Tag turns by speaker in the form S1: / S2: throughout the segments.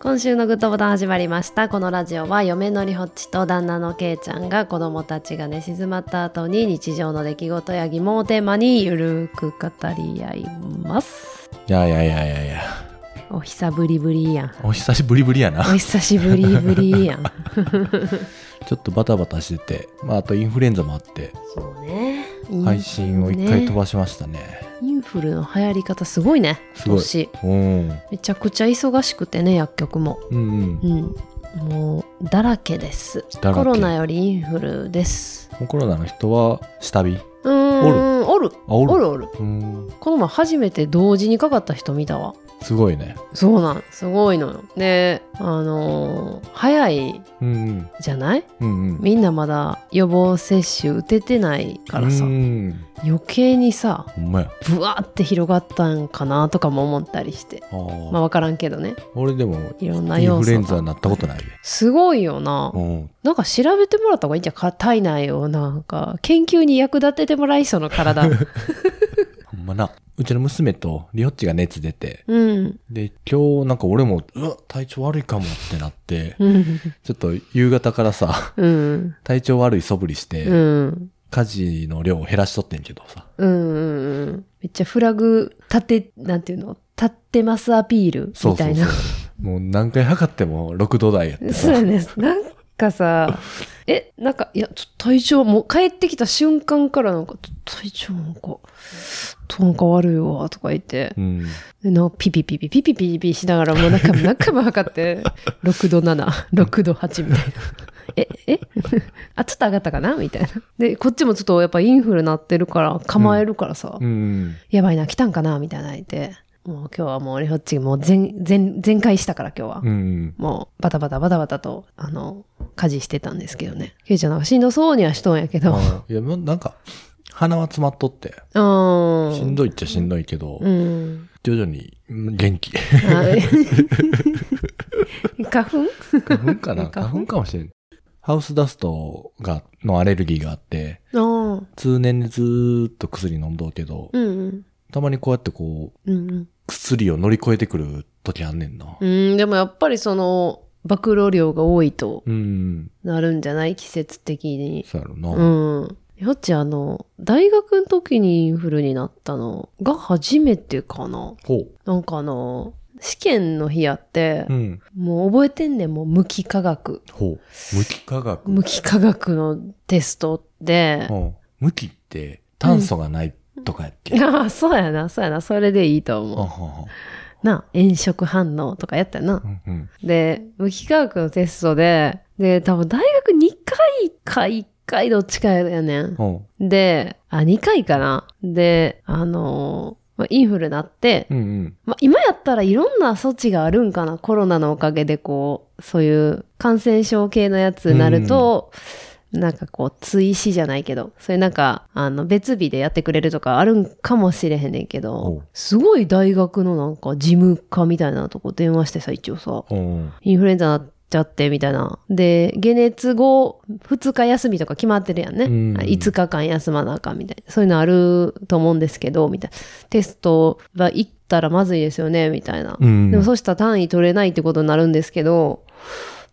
S1: 今週のグッドボタン始まりましたこのラジオは嫁のりほっちと旦那のけいちゃんが子供たちが寝静まった後に日常の出来事や疑問をテーマにゆるく語り合います
S2: いやいやいやいやいや、
S1: お久ぶりぶりやん
S2: お久しぶりぶりやな。
S1: お久しぶりぶりやん
S2: ちょっとバタバタしてて、まあ、あとインフルエンザもあって、
S1: そうね
S2: 配信を一回飛ばしましたね。
S1: インフルの流行り方すごいね
S2: すご
S1: 今
S2: い
S1: 年
S2: うん。
S1: めちゃくちゃ忙しくてね薬局も
S2: う
S1: う
S2: んうん。
S1: んもうだらけです
S2: だらけ
S1: コロナよりインフルです
S2: コロナの人は下火。
S1: うーんおる
S2: あ、お
S1: お
S2: る。
S1: るおる
S2: うん。
S1: この前初めて同時にかかった人見たわ
S2: すごいね。
S1: そうなんすごいのよであのー早い
S2: うん
S1: じゃない
S2: うん。うんうん。
S1: みんなまだ予防接種打ててないからさ
S2: うん。
S1: 余計にさ
S2: ほんまや。
S1: ブワーって広がったんかなとかも思ったりして
S2: あー
S1: まあ分からんけどね
S2: 俺でも、
S1: いろんな
S2: イン
S1: 要
S2: フルエン
S1: 素
S2: ザ
S1: が
S2: になったことないで。
S1: すごいよな
S2: うん。
S1: なんか調べてもらった方がいいんじゃんか体内をなんか研究に役立ててもらいそうの 体
S2: ほんまな。うちの娘とリホッチが熱出て、
S1: うん
S2: で、今日なんか俺も、うわ、体調悪いかもってなって、
S1: うん
S2: ちょっと夕方からさ、
S1: うん
S2: 体調悪い素振りして、
S1: うん
S2: 家事の量を減らしとってんけどさ。
S1: うんうんうん。めっちゃフラグ立て、なんていうの立ってますアピールみたいな。
S2: もう何回測っても6度台やって
S1: そう
S2: さ。
S1: やね。なんかさ、え、なんか、いや、ちょっと体調、もう帰ってきた瞬間からなんか、ちょっと体調なんか、ちょっとなんか悪いわ、とか言って
S2: う、ん。
S1: でなんかピピピピピピピピピしながらもうなんか何回も測って、6度7、6度8みたいな。え、え あ、ちょっと上がったかなみたいな。で、こっちもちょっとやっぱインフルなってるから、構えるからさ、
S2: うん。
S1: やばいな、来たんかなみたいな言って。もう今日はもう俺ホッチ、もう全、全、全開したから今日は。
S2: うん。
S1: もうバタバタバタバタと、あの、家事してたんですけどね。ケイちゃんなんかしんどそうにはしとんやけど。
S2: あいや、もうなんか、鼻は詰まっとって、
S1: う
S2: しん
S1: ん。
S2: どいっちゃしんどいけど、
S1: うん。
S2: 徐々にうん元 気。
S1: あ花粉
S2: 花粉か
S1: 花粉
S2: な花粉かもしれん。ハウスダストが、のアレルギーがあって、
S1: ああ。
S2: 通年でずーっと薬飲んどうけど、
S1: うんうん。
S2: たまにこうやってこう、
S1: うんうん。
S2: 薬を乗り越えてくる時あんねんな。
S1: うん、でもやっぱりその、暴露量が多いと
S2: うん。
S1: なるんじゃない季節的に。
S2: そうやろな。
S1: うん。よっちあの、大学の時にインフルになったのが初めてかな。
S2: ほう。
S1: なんかあの、試験の日やって
S2: う、ん。
S1: もう覚えてんねん、もう無機化学。
S2: ほう。無機化学。
S1: 無機化学のテストで、
S2: うん。無機って炭素がないとかやっけ、あ
S1: ああ、 そうやな、そうやな、それでいいと
S2: は
S1: 思
S2: は
S1: う。な、炎色反応とかやったよな
S2: う。んうん。
S1: で、無機化学のテストで、で、多分大学2回か1回どっちかやねん。
S2: ほ
S1: で、あ、2回かな。で、あのーまあ、インフルなって、
S2: う。うんうん。
S1: まあ、今やったらいろんな措置があるんかな。コロナのおかげでこう、そういう感染症系のやつになると、なんかこう、追試じゃないけど、そういうなんか、あの、別日でやってくれるとかあるんかもしれへんねんけ
S2: お
S1: ど
S2: う、
S1: すごい大学のなんか事務課みたいなとこ電話してさ、一応さ、
S2: うん。
S1: インフルエンザなっちゃって、みたいな。で、解熱後、2日休みとか決まってるやんね。
S2: うん
S1: 5日間休まなあかんみたいな。そういうのあると思うんですけど、みたいな。テストは行ったらまずいですよね、みたいな。
S2: うん。
S1: でもそしたら単位取れないってことになるんですけど、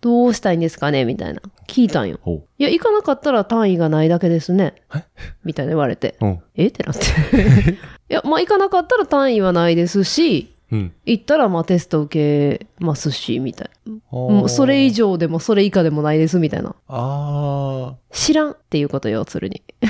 S1: どうしたいんですかねみたいな。聞いたんよ。
S2: ほ
S1: いや、行かなかったら単位がないだけですね
S2: え。
S1: みたいな言われて。
S2: う。うん。
S1: えってなって。 いや、まあ行かなかったら単位はないですし、
S2: うん。
S1: 行ったらまあテスト受けますし、みたいな。もうそれ以
S2: 上。
S1: 上でもそれ以下でもないですみたいな。
S2: あ
S1: 知らんっていうことよ、要するに。
S2: あ。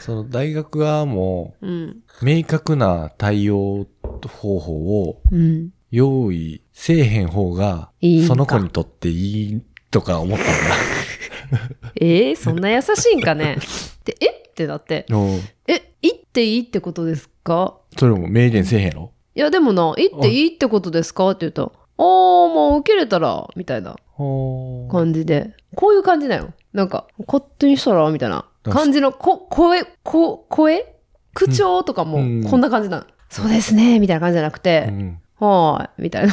S2: その大学側も
S1: うん。
S2: 明確な対応方法を
S1: うん。
S2: 用意せえへん方が
S1: いいんか、
S2: その子にとっていいとか思ったん
S1: えー、そんな優しいんかね。で、えってなって。
S2: だ。うん。
S1: え、行っていいってことですか
S2: それも明言せえへんやろ
S1: いや、でもな、行っていいってことですかって言うと、ああ、もう受けれたら、みたいな
S2: ほー
S1: 感じで。こういう感じだよ。なんか、勝手にしたら、みたいな感じの、こ、声、こ、声口調とかも
S2: うん、
S1: こんな感じなの。そうですね、みたいな感じじゃなく
S2: う
S1: て、
S2: ん。
S1: はーい、みたいな。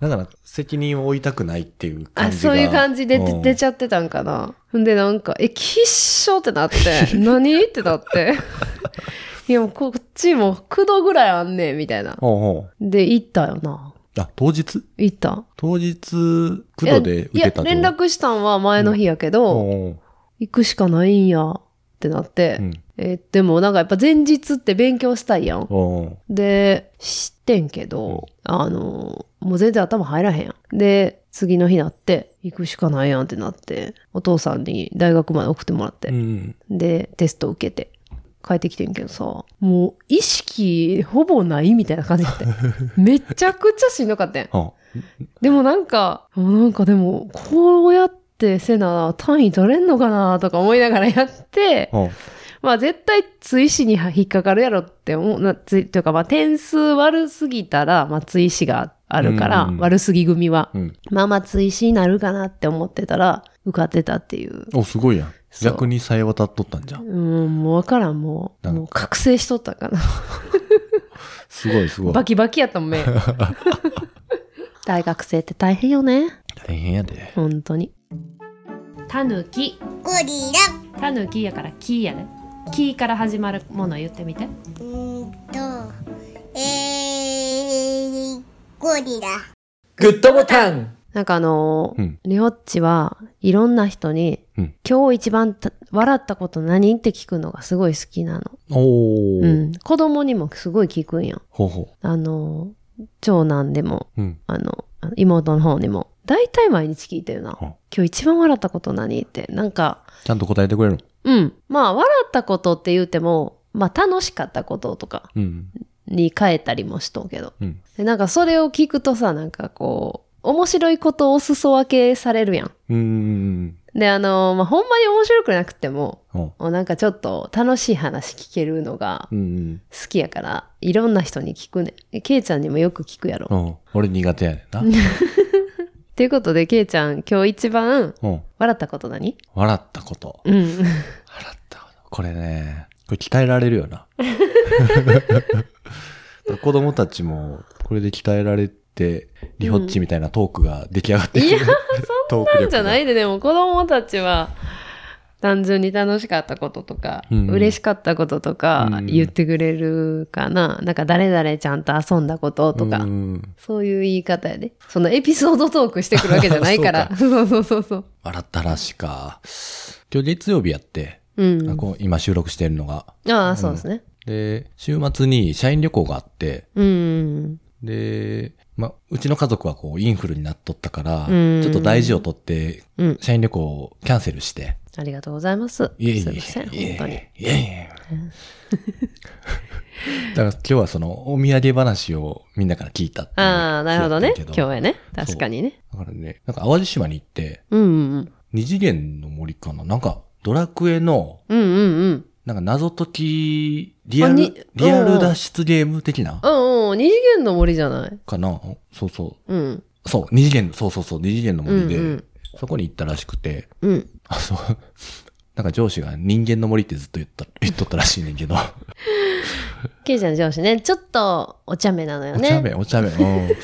S2: だから責任を負いたくないっていう感
S1: あ、
S2: じが。
S1: そういう感じで
S2: うん
S1: 出ちゃってたんかな。んでなんか、え、きっしょってな って、何ってなって。いや、もうこっちも9度ぐらいあんねん、みたいな。
S2: ほうほう。
S1: で、行ったよな。
S2: あ、当日
S1: 行った。
S2: 当日、黒で
S1: い
S2: 受
S1: や、
S2: けたと。
S1: 連絡したんは前の日やけど、
S2: お
S1: 行くしかないんやってなって、
S2: ーうん。
S1: えーでもなんかやっぱ前日って勉強したいやん。
S2: おー
S1: で、知ってんけど、あのー、もう全然頭入らへんやん。で、次の日なって、行くしかないやんってなって、お父さんに大学まで送ってもらって
S2: う、ん。
S1: で、テスト受けて、帰ってきてんけどさ、もう意識ほぼないみたいな感じだ って。めちゃくちゃしんどかったやん。
S2: あ、
S1: でもなんか、なんかでも、こうやってせな、単位取れんのかなとか思いながらやって、
S2: あ、
S1: まあ絶対追試に引っかかるやろって思う、な、つい、というかまあ点数悪すぎたら、まあ追試があるから、
S2: うんうん
S1: 悪すぎ組は。
S2: うん。
S1: まあまあ追試になるかなって思ってたら、受かってたっていう。
S2: お、すごいやん。
S1: そう
S2: 逆にさえ渡っとったんじゃん。
S1: うん、もうわからん、もう。
S2: なんか
S1: もう覚醒しとったかな。
S2: すごいすごい。
S1: バキバキやったもん、 目。大学生って大変よね。
S2: 大変やで。
S1: 本当に。たぬき。
S3: ゴリラ。
S1: たぬきやから、きやで。きから始まるもの言ってみて。
S3: うーんと、えー、ゴリラ。
S4: グッドボタン
S1: なんかあのー
S2: うん
S1: りょっちはいろんな人に、
S2: うん
S1: 今日一番た笑ったこと何って聞くのがすごい好きなの。
S2: おー。
S1: うん。子供にもすごい聞くんやん。
S2: ほうほ
S1: あのー長男でも、
S2: う。うん。
S1: あの、あの妹の方にも。大体毎日聞いてるな。
S2: あ
S1: 今日一番笑ったこと何って。なんか、
S2: ちゃんと答えてくれるの
S1: うん。まあ、笑ったことって言うても、まあ、楽しかったこととか
S2: うん。
S1: に変えたりもしとうけど。
S2: うん。
S1: でなんかそれを聞くとさ、なんかこう、面白いことをお裾分けされるやん。
S2: うーん。
S1: で、あの、まあ、ほんまに面白くなくても、
S2: うん。
S1: もうなんかちょっと楽しい話聞けるのが
S2: うん。
S1: 好きやから、いろんな人に聞くね。えケイちゃんにもよく聞くやろ。
S2: う
S1: っ
S2: ん。俺苦手やねんな。う
S1: ていうことで、ケイちゃん今日一番
S2: ん。
S1: 笑ったこと何
S2: 笑ったこと。
S1: うん。
S2: 笑ったこと。これね、これ鍛えられるよな。 子供たちも、これで鍛えられて、リホッチみたいなトークが出来上がって
S1: いや、
S2: トーク
S1: そん
S2: 力
S1: なんじゃないで、でも子供たちは、単純に楽しかったこととか、
S2: うん
S1: 嬉しかったことと
S2: う
S1: か
S2: ん
S1: 言ってくれるかな。なんか誰々ちゃんと遊んだこととか、
S2: うん
S1: そういう言い方やで。そのエピソードトークしてくるわけじゃない から。 そうそうそうそう。
S2: 笑った話か。今日月曜日やって、
S1: うん。
S2: こう今収録してるのが。
S1: ああ、そうですね。
S2: で、週末に社員旅行があって、
S1: うん。
S2: で、ま、うちの家族はこうインフルになっとったから、
S1: うん
S2: ちょっと大事をとって、
S1: うん。
S2: 社員旅行をキャンセルして。
S1: ありがとうございます。
S2: いえいえ
S1: すいません、
S2: いえいえ
S1: 本当に。
S2: いえいえ。だから今日はそのお土産話をみんなから聞いたっていう
S1: ああ、なるほどね。
S2: 日だ
S1: 今
S2: った
S1: 日
S2: けど
S1: やね。確かにね。
S2: だからね、なんか淡路島に行って、
S1: うんうん
S2: 二次元の森かななんかドラクエの、
S1: うん。うんうんうん。
S2: なんか謎解き、リア
S1: あ
S2: ル
S1: に、
S2: リア
S1: うんう
S2: ル
S1: ん
S2: 脱出ゲーム的な
S1: うんうん。二次元の森じゃない。
S2: かなそうそ
S1: うん。
S2: う。そう、二次元、そうそうそう、二次元の森で、
S1: うんうん
S2: そこに行ったらしくて、
S1: うん。
S2: あ、そう。 なんか上司が人間の森ってずっと言った、言っとったらしいねんけど。
S1: ケイちゃん上司ね、ちょっとお茶目なのよ
S2: お
S1: ね。
S2: 茶目、お茶目。うん。 なんか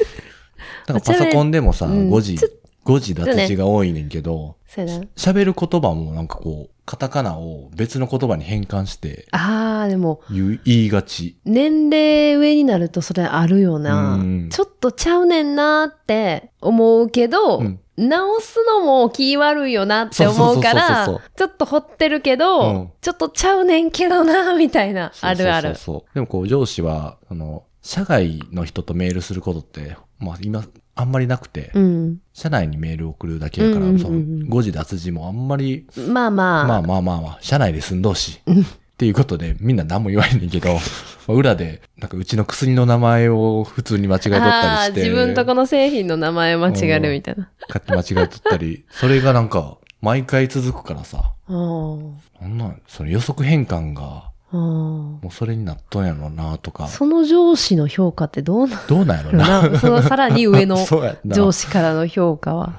S2: パソコンでもさ、
S1: うん
S2: 5時
S1: ちょ、
S2: 5時脱字が多いねんけど、
S1: そうやな。
S2: 喋る言葉もなんかこう、カタカナを別の言葉に変換して
S1: ああ、でも、
S2: 言う言いがち。
S1: 年齢上になるとそれあるよな
S2: うん。
S1: ちょっとちゃうねんなーって思うけど、
S2: うん
S1: 直すのも気悪いよなって思うか
S2: そうそうそうそう
S1: ら、ちょっと掘ってるけど、
S2: うん
S1: ちょっとちゃうねんけどなーみたいな、あるあ
S2: そう
S1: る。
S2: そうそうそう。でもこう上司は、あの、社外の人とメールすることって、まあ今、あんまりなくて、
S1: うん。
S2: 社内にメール送るだけだから、
S1: うんうんうんうん
S2: その5時脱字もあんまり
S1: まあまあ。
S2: まあまあまあまあ、社内で寸胴し。っていうことで、みんな何も言わへんねんけど、まあ裏で、なんかうちの薬の名前を普通に間違えとったり
S1: あ
S2: し
S1: ー
S2: て。
S1: 自分とこの製品の名前間違えるみたいな。
S2: 勝手に間違えとったり、それがなんか、毎回続くからさ、
S1: あー
S2: なんなん、その予測変換が、
S1: あー
S2: もうそれになっとんやろうなとか、
S1: その上司の評価ってどうな
S2: どうなんやろう
S1: る
S2: な。
S1: なそのさらに上の
S2: そうやな
S1: 上司からの評価は。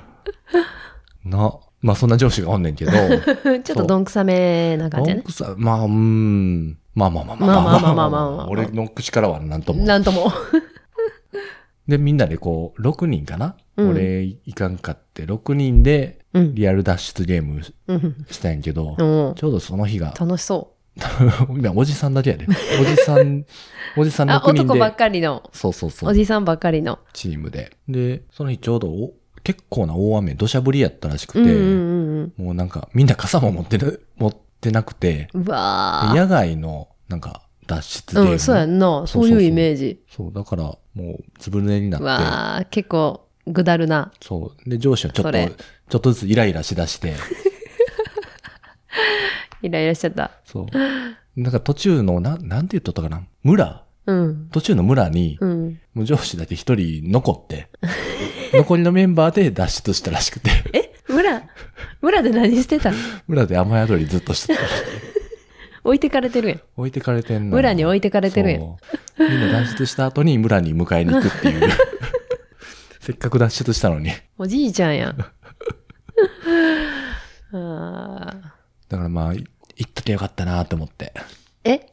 S2: な、まあそんな上司がおんねんけど、
S1: ちょっとどんくさめな感じや
S2: 文
S1: ね。
S2: 句さ、まあ、うーん、まあまあま
S1: まあま
S2: あ
S1: あまあまあまあまあ
S2: 俺の口からはなんとも。
S1: なんとも。
S2: で、みんなでこう、6人かな、
S1: うん
S2: 俺いかんかって、6人で
S1: うん。
S2: リアル脱出ゲームし
S1: うん
S2: したんやけど、
S1: うん
S2: ちょうどその日が
S1: 楽しそ
S2: 今、おじさんだけやで。おじさ ん、おじさん
S1: あ、
S2: 6人
S1: 男ばっ
S2: で。
S1: かりの、
S2: そうそうそ
S1: お
S2: う。
S1: じさんばっかりの。
S2: チームで。で、その日ちょうどお結構な大雨、土砂降りやったらしくて、
S1: うんうん
S2: もうなんかみんな傘も持ってる、持ってなくて、
S1: うん。うわー
S2: 野外のなんか脱出で、
S1: うん、そうやんな。
S2: そう
S1: そ
S2: そう
S1: う
S2: そう
S1: いうイメージ。
S2: そう、だからもうずぶ濡れに
S1: う
S2: なって、
S1: わー結構、ぐだるな。
S2: そう。で、上司はちょっと、
S1: そ
S2: ち
S1: れ
S2: ょっとずつイライラしだして、
S1: イライラしちゃった。
S2: そう。なんか途中の、なん、なんて言っとったかな村
S1: うん。
S2: 途中の村に、
S1: うん。
S2: もう上司だけ一人 残って、残りのメンバーで脱出したらしくて、
S1: え村、村で何してたの
S2: 村で雨宿りずっとしてた。
S1: 置いてかれてるやん。
S2: 置いてかれてんの。
S1: 村に置いてかれてるやん
S2: そうみんな脱出した後に村に迎えに行くっ ていう。せっかく脱出したのに。
S1: おじいちゃんや ん。あ
S2: だからまあ、い行っときゃよかったなと思って。
S1: ーえ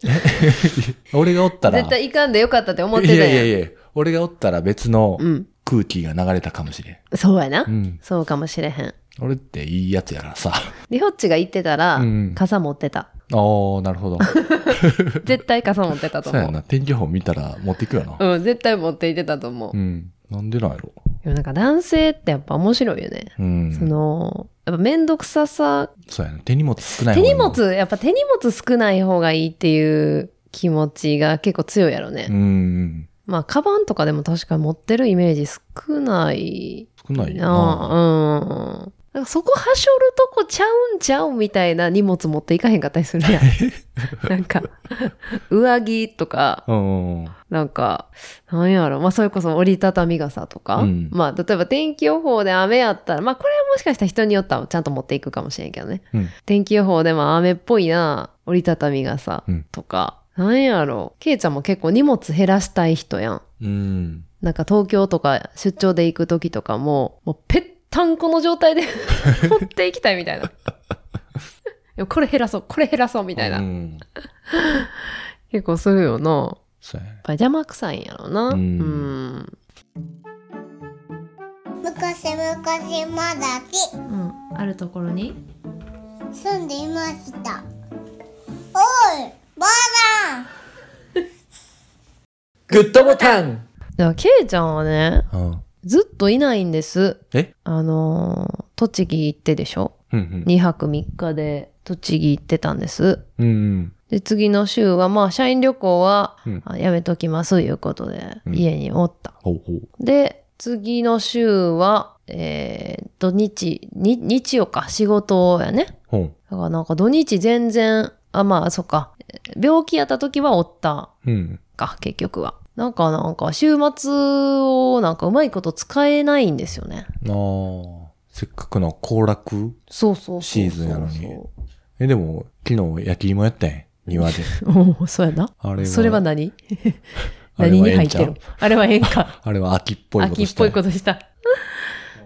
S2: 俺がおったら。
S1: 絶対行かんでよかったって思ってた
S2: い
S1: やん。
S2: やいやいや、俺がおったら別の
S1: うん。
S2: 空気が流れたかもしれん。
S1: そうやな。
S2: うん
S1: そうかもしれへん。
S2: 俺っていいやつやからさ。
S1: リホッチが行ってたら、
S2: うん
S1: 傘持ってた。
S2: ああ、なるほど。
S1: 絶対傘持ってたと
S2: そう
S1: 思
S2: や
S1: う。
S2: な。天気予報見たら持っていくよな。
S1: うん、絶対持って行ってたと思う
S2: う。ん。なんでなんやろ。
S1: でもなんか男性ってやっぱ面白いよね。
S2: うん。
S1: その、やっぱめんどくささ、
S2: そうやな。手荷物少ない
S1: 手
S2: 方が
S1: 荷物、やっぱ手荷物少ない方がいいっていう気持ちが結構強いやろね。
S2: うん。
S1: まあ、カバンとかでも確かに持ってるイメージ少ない
S2: 少ないよな。
S1: な。うん。なんかそこはしょるとこちゃうんちゃうみたいな荷物持っていかへんかったりするや ん。なんか、上着とか、
S2: うん。
S1: なんか、なんやろ、まあ、それこそ折りたたみ傘とか、
S2: うん
S1: まあ、例えば天気予報で雨やったら、まあ、これはもしかしたら人によったらちゃんと持っていくかもしれんけどね。
S2: うん
S1: 天気予報でも雨っぽいな、折りたたみ傘
S2: うん
S1: とか、なんやろ、ケイちゃんも結構荷物減らしたい人やん。
S2: うん。
S1: なんか東京とか出張で行く時とかも、もうぺったんこの状態で 持っていきたいみ たいな。いやこれ減らそう、これ減らそうみ
S2: み
S1: たいな。
S2: うん。
S1: 結構するよな。
S2: そうやね
S1: やっぱ邪魔くさいんやろな。
S2: う
S1: うんん。
S3: 昔昔まだし
S1: うん。あるところに
S3: 住んでいましたおいばあさん
S4: グッドボタン
S1: じゃあ、ケイちゃんはね、
S2: うん。
S1: ずっといないんです。
S2: え
S1: あのー栃木行ってでしょ
S2: うん
S1: ?2 泊3日で栃木行ってたんです。
S2: うん。うん
S1: で、次の週は、まあ、社員旅行は、
S2: うん
S1: あやめときます、いうことで、
S2: うん
S1: 家におった。
S2: ほうほう。
S1: で、次の週は、えー、土日、に日曜か、仕事やね。
S2: ほう。
S1: だからなんか土日全然、あ、まあ、そっか。病気やった時はおった
S2: うん。
S1: か、結局は。なんか、なんか、週末をなんかうまいこと使えないんですよね。
S2: ああ。せっかくの行楽。
S1: そうそうそうそう。
S2: シーズンやのにえ、でも、昨日焼き芋やったやん。庭 で。
S1: おお、そうやな。
S2: あれは
S1: それは何
S2: あれは
S1: 何に入っ
S2: ええ
S1: て
S2: んちゃう
S1: るあれは変か。
S2: あれは秋っぽいこと
S1: 秋っ
S2: した
S1: ぽ
S2: や
S1: い
S2: ん
S1: こと した。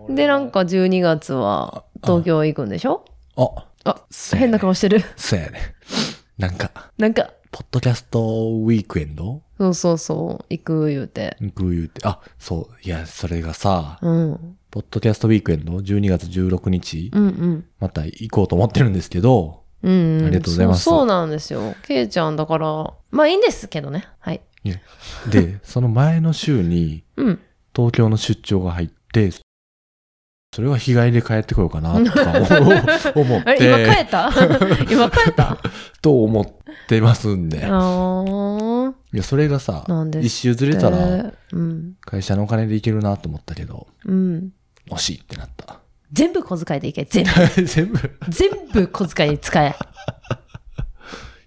S1: で、なんか12月は東京行くんでしょ
S2: あ、
S1: あ、
S2: そうやね
S1: 変な顔してる。
S2: そうやね。なんか、
S1: なんか、
S2: ポッドキャストウィークエンド
S1: そうそうそう、行く言うて。
S2: グー言うて、あ、そう、いや、それがさ、
S1: うん。
S2: ポッドキャストウィークエンド12月16日、
S1: うんうん。
S2: また行こうと思ってるんですけど、
S1: うん、ん。
S2: ありがとうございます
S1: そうそうなんですよ。ケイちゃんだから、まあいいんですけどね。はい。
S2: いや で、その前の週に
S1: うん。
S2: 東京の出張が入って、それは日帰りで帰ってこようかなとか 思思っ
S1: あれ、今帰
S2: て、
S1: った今帰った
S2: と思ってますん で。
S1: あー。
S2: いや、それがさ
S1: なん、ですって
S2: 一周ずれたら、
S1: うん。
S2: 会社のお金で行けるなと思ったけど、
S1: うん。
S2: 惜しいって なった。
S1: 全部小遣いでいけ。 全部。
S2: 全部。い
S1: 全部小遣いに使え。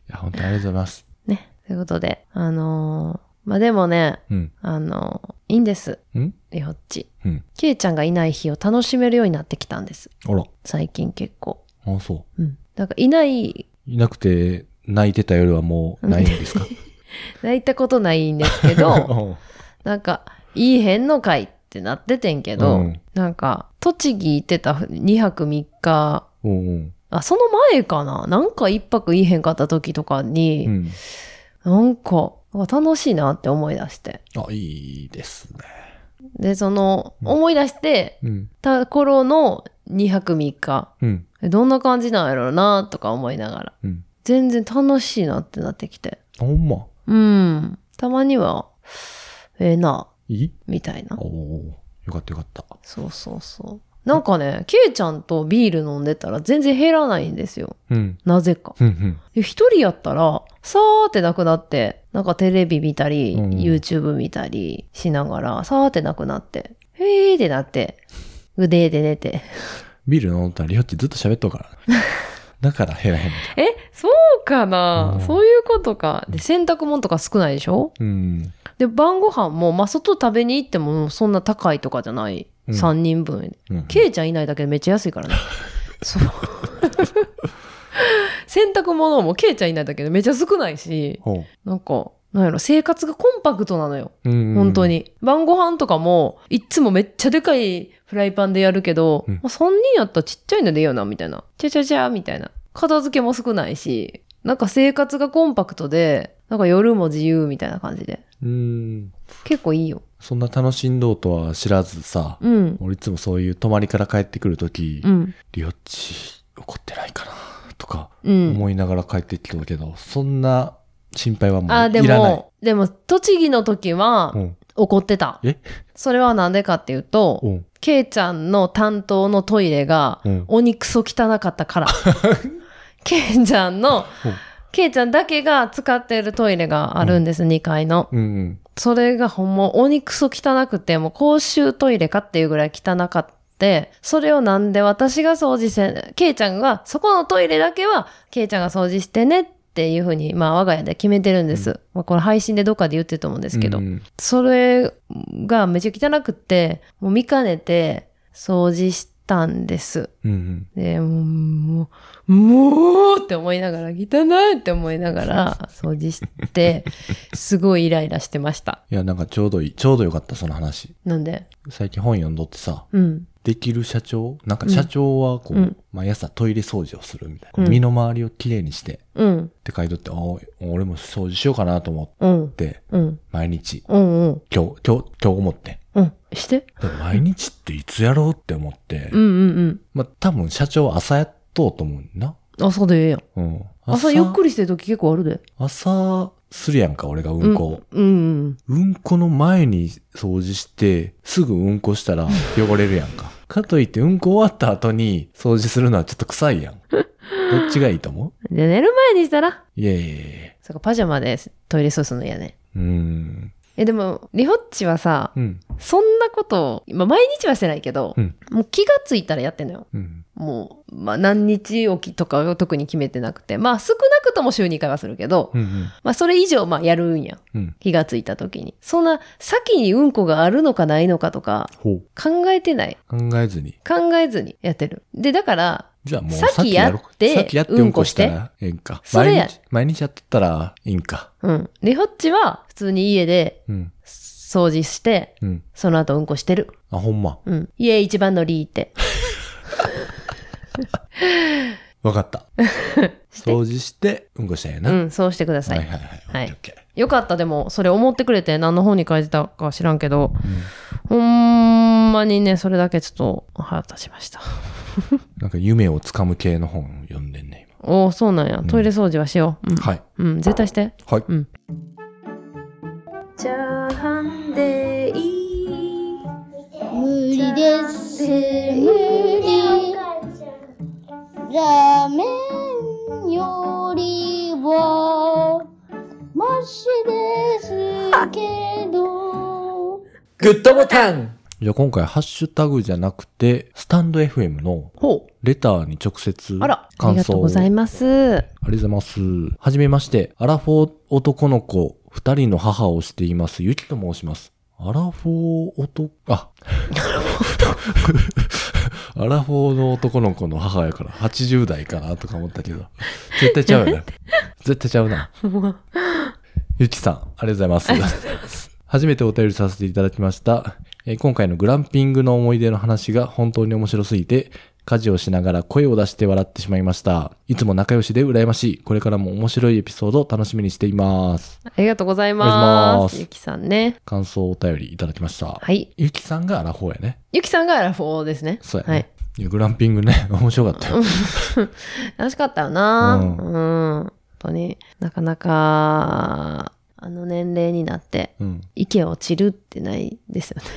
S2: や、本当にありがとうございます。
S1: ね。ということで、あのーまあでもね、
S2: うん。
S1: あのーいいんです。
S2: ん
S1: りほっち。
S2: うん。
S1: ケイちゃんがいない日を楽しめるようになってきたんです。
S2: あら。
S1: 最近結構。
S2: あ、そ
S1: うん。なんかいない、
S2: う。いなくて、泣いてた夜はもうないんですか
S1: 泣いたことないんですけ ど、
S2: うん
S1: なんか、いい変の会ってなっててんけど、
S2: うん
S1: なんか、栃木行ってた2泊3日、
S2: うんうん。
S1: あ、その前かななんか一泊いいへんかった時とかに、
S2: うん。
S1: なんか、なんか楽しいなって思い出して。
S2: あ、いいですね。
S1: で、その、思い出して
S2: うん。
S1: た頃の2泊3日、
S2: うん。
S1: どんな感じなんやろうなとか思いながら。
S2: うん。
S1: 全然楽しいなってなってきて。
S2: ほんま。
S1: うん。たまには、ええな、
S2: いい
S1: みたいな
S2: お。おーよかったよかった。
S1: そうそうそう。なんかね、ケイちゃんとビール飲んでたら全然減らないんですよ。
S2: うん。
S1: なぜか。
S2: うんうん。
S1: で一人やったら、さーってなくなって、なんかテレビ見たり、
S2: うん
S1: YouTube 見たりしながら、さーってなくなって、へーってなって、腕で寝て。
S2: ビール飲んだらりょっちずっと喋っとうから な。だから減らへんのちゃ
S1: え、そうかな、
S2: うん
S1: そういうことか。で、洗濯物とか少ないでしょ
S2: う。うん。
S1: で、晩ご飯も、まあ、外食べに行ってもそんな高いとかじゃない。
S2: うん
S1: 3人分。
S2: うん
S1: ケイちゃんいないだけでめっちゃ安い からね。そう。 洗濯物もケイちゃんいないだけでめっちゃ少ないし、
S2: ほ
S1: なんか、なんやろ、生活がコンパクトなのよ。
S2: う。うん
S1: 本当。に。晩ご飯とかも、いっつもめっちゃでかいフライパンでやるけど、
S2: うん
S1: まあ、3人やったらちっちゃいのでいいよな、みたいな。ちゃちゃちゃ、みたいな。片付けも少ないし、なんか生活がコンパクトで、なんか夜も自由みたいな感じで。
S2: うん。
S1: 結構いいよ。
S2: そんな楽しんどうとは知らずさ、
S1: うん。
S2: 俺いつもそういう泊まりから帰ってくるとき、
S1: うん。
S2: りょっち怒ってないかなとか
S1: うん。
S2: 思いながら帰ってきたけど、そんな心配はもういら
S1: あ、で
S2: ない。
S1: も、でも、栃木の時は
S2: うん。
S1: 怒ってた。
S2: え
S1: それはなんでかっていう
S2: う
S1: と、
S2: ん。
S1: ケイちゃんの担当のトイレが
S2: うん、
S1: 鬼クソ汚かった から。ケイちゃんの
S2: うん、
S1: ケイちゃんだけが使ってるトイレがあるんです、2階の。
S2: うんうん。
S1: それがほんま鬼クソ汚くて、もう公衆トイレかっていうぐらい汚かった。それをなんで私が掃除せ、ケイちゃんが、そこのトイレだけは、ケイちゃんが掃除してねっていうふうに、まあ我が家で決めてるんです。まあこれ配信でどっかで言ってると思うんですけど。
S2: うん
S1: それがめちゃ汚くて、もう見かねて掃除したんです。
S2: うん。
S1: で、もう、もう、もうって思いながら、汚いって思いながら掃除して、すごいイライラしてました。
S2: いや、なんかちょうどいい、ちょうどよかった、その話。
S1: なんで、
S2: 最近本読んどってさ、
S1: うん、
S2: できる社長なんか社長はこう、
S1: うん
S2: 毎朝トイレ掃除をするみたいな。
S1: うん
S2: 身の回りをきれいにしてっ
S1: うん、
S2: て書いとって、あ俺も掃除しようかなと思っ
S1: うん、
S2: て、
S1: うん、
S2: 毎日、
S1: うん、うん、
S2: 今日、今日、今日思って。
S1: うん、して。
S2: でも毎日っていつやろうって思って、
S1: うん、うん、
S2: まあ多分社長は朝やっとうと思うんだな。
S1: うん。朝でええやん。
S2: うん。
S1: 朝ゆっくりしてる時結構あるで。
S2: 朝するやんか、俺がうんこ。
S1: うん、うん。
S2: うんこの前に掃除して、すぐうんこしたら汚れるやんか。かといって、うんこ終わった後に掃除するのはちょっと臭いやん。どっちがいいと思
S1: で、寝る前にしたら、
S2: ういやいやいやいや
S1: そっか、パジャマでトイレ掃除するの嫌ね。
S2: うーん。
S1: え、でも、リホッチはさ、
S2: うん。
S1: そんなことを、まあ、毎日はしてないけど、
S2: うん
S1: もう気がついたらやってんのよ。
S2: うん。
S1: もう、まあ、何日おきとかを特に決めてなくて、まあ、少なくとも週2回はするけど、
S2: うんうん。
S1: まあ、それ以上、まあ、やるんや。
S2: うん。
S1: 気がついた時に。そんな、先にうんこがあるのかないのかとか、
S2: ほう。
S1: 考えてない。
S2: 考えずに。
S1: 考えずにやってる。で、だから、
S2: じゃあもう
S1: さっき
S2: さっきやろう
S1: やって
S2: さっきやってうんこしたらええんか。
S1: それや
S2: 毎日、毎日やっとったらいいんか。
S1: うん。リホッチは、普通に家で
S2: うん。
S1: 掃除して、
S2: うん。
S1: その後うんこしてる。
S2: あ、ほんま。
S1: うん。家一番のリーって。
S2: わかった。
S1: して
S2: 掃除して、うんこしたんやな。
S1: う
S2: はい
S1: ん、そうしてくださ。
S2: はいいはい。
S1: はい
S2: オッケーオッケ
S1: よかった、でも、それ思ってくれて、何の本に書いてたか知らんけど、
S2: ー
S1: ほ
S2: うん
S1: んまにね、それだけちょっと腹立ちました。
S2: なんか夢をつかむ系の本読んでんね、
S1: おお、そうなんや。トイレ掃除はしよう。うん。
S2: 今。はい。
S1: うん、絶対して。
S2: はい。
S1: うん。
S3: 無理です。無理。ラーメンよりはマシですけど。
S4: グッドボタン
S2: じゃあ今回、ハッシュタグじゃなくて、スタンド FM の
S1: ほう。
S2: レターに直接
S1: あら、あり
S2: 感
S1: がと
S2: 想
S1: う
S2: を。
S1: ございます。
S2: ありがとうございます。はじめまして、アラフォー男の子、二人の母をしています、ゆきと申します。アラフォー男、あ、 アラフォーの男の子の母やから、80代かなとか思ったけど、絶対ちゃうよ な。絶対ちゃうな。ゆきさん、ありがとうございます。初めてお便りさせていただきました。えー今回のグランピングの思い出の話が本当に面白すぎて、家事をしながら声を出して笑ってしまいました。いつも仲良しで羨ましい。これからも面白いエピソードを楽しみにしています。
S1: ありがとうござい
S2: ありがとうござい
S1: ま。
S2: ますす
S1: ゆきさんね。
S2: 感想をお便りいただきました。
S1: はい。
S2: ゆきさんがアラフォーやね。
S1: ゆきさんがアラフォーですね。
S2: そうやね。い、 やグランピングね、面白かったよ。
S1: はい。楽しかったよな。
S2: う
S1: うん。当になかなか、あの年齢になって、
S2: うん。
S1: 池を散るってないですよね。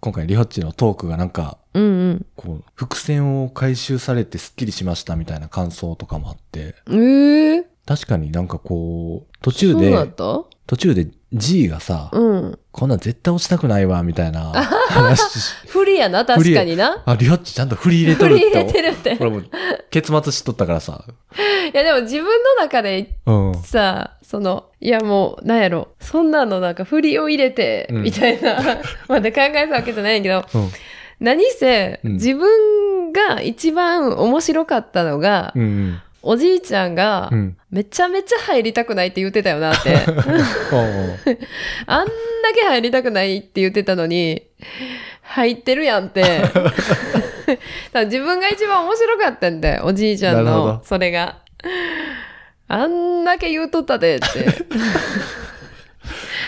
S2: 今回、リホッチのトークがなんか、
S1: うんうん。
S2: こう、伏線を回収されてスッキリしましたみたいな感想とかもあって、
S1: ええ
S2: 確かになんかこう、途
S1: ー、
S2: 中
S1: そうだっ
S2: で、
S1: た
S2: 途中で G がさ、
S1: うん。
S2: こんなん絶対落ちたくないわ、みたいな話 し
S1: 不利やな、
S2: 不
S1: 確
S2: 利や
S1: かにな。
S2: あ、リホッチちゃんと振り入れと
S1: 振
S2: る
S1: り
S2: っ
S1: 入
S2: て。
S1: れてるって。
S2: これもう、結末しとったからさ。
S1: いや、でも自分の中で
S2: うん。
S1: さ、その、いやもう、なんやろ、そんなのなんか振りを入れて、
S2: うん
S1: みたいな、 まで考えたわけじゃないんやけど、
S2: うん。
S1: 何せ、
S2: うん
S1: 自分が一番面白かったのが、
S2: うん。
S1: おじいちゃんが、
S2: うん。
S1: めちゃめちゃ入りたくないって言ってたよなって。あんだけ入りたくないって言ってたのに、入ってるやん って。多分自分が一番面白かったんだよ、おじいちゃん
S2: なる
S1: の
S2: ほど、
S1: それが。あんだけ言うとったで って。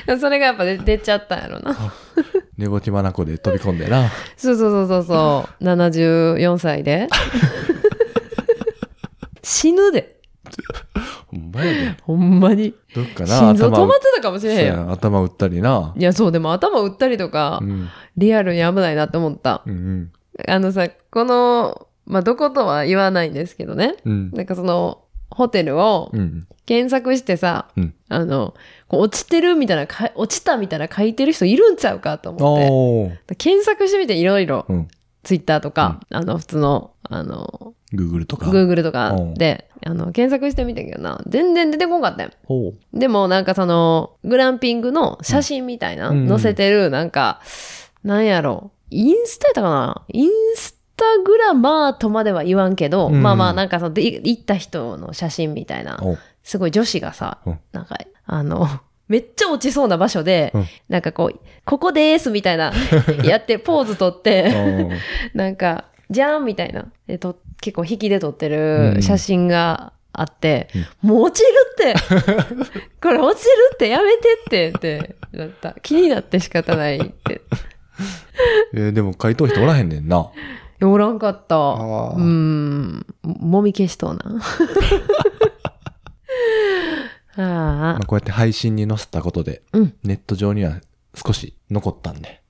S1: でもそれがやっぱ出出ちゃったんやろな。
S2: 寝ぼけまなこで飛び込んでな。
S1: そうそうそうそうそう。74歳 で。死ぬで。
S2: ほんまやで。
S1: ほんまに。
S2: どっかな、
S1: 心臓止まっ
S2: 打
S1: てたかもしれ
S2: そ
S1: へん
S2: う
S1: よ
S2: や。な頭打ったりな。
S1: いや、そう、でも頭打ったりとか、
S2: うん。
S1: リアルに危ないなって思った。
S2: うん。
S1: あのさ、この、まあ、どことは言わないんですけどね。
S2: うん。
S1: なんかその、ホテルを
S2: うん。
S1: 検索してさ、
S2: うん
S1: あの、こう落ちてるみたいなか、落ちたみたいな書いてる人いるんちゃうかと思って。
S2: おー。
S1: 検索してみていろいろ、
S2: うん。
S1: ツイッターとか、あの、普通の、あの、
S2: Google とか。
S1: Google とか
S2: うん
S1: で、あの、検索してみたけどな、全然出てこんかったよ。
S2: ほう。
S1: でもなんかそのグランピングの写真みたいな、
S2: うん
S1: 載せてるなんか、なんやろインスタやったかなインスタグラマーとまでは言わんけど、
S2: うん
S1: まあまあなんかそので行った人の写真みたいな
S2: おう。
S1: すごい女子がさ、
S2: うん
S1: なんかあの めっちゃ落ちそうな場所で、
S2: うん
S1: なんかこう「ここです」みたい なやってポーズ取っ
S2: お
S1: て
S2: ー
S1: なんか「じゃーん」みたいなでと結構引きで撮って
S2: う
S1: る
S2: ん
S1: 写真があって、もう落ちるって これ落ちるってやめてってってなった気になって仕方ないって
S2: えーでも回答人おらへんねんな。
S1: おらんかった
S2: あー
S1: うーんもみ消しとう なああ
S2: まあ、こうやって配信に載せたことで、
S1: うん
S2: ネット上には少し残ったん で。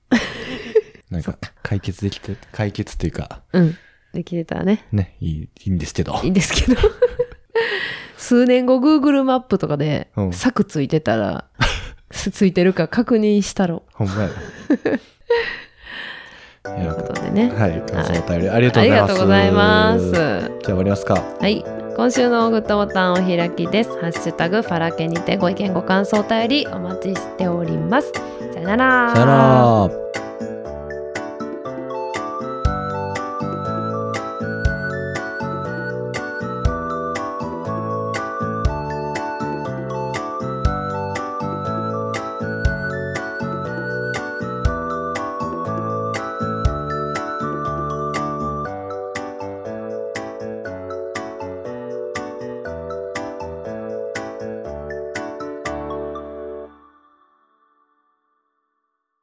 S2: なんか、解決できて、解決というか、
S1: うんできてたらね
S2: ね、いい、いいんですけど。
S1: いいんですけど。数年後、Google マップとかで
S2: う、ん
S1: 柵ついてた ら、すついてるか確認したろ。
S2: ほんま や。
S1: という
S2: や
S1: ことでね。
S2: はい、感想お便りありがとうご
S1: あ
S2: ざいます。
S1: りがとうございます
S2: じゃあ終わりますか。
S1: はい。今週のグッドボタンお開きです。ハッシュタグ、ファラケにてご意見、ご感想お便りお待ちしております。さよなら。
S2: さよなら。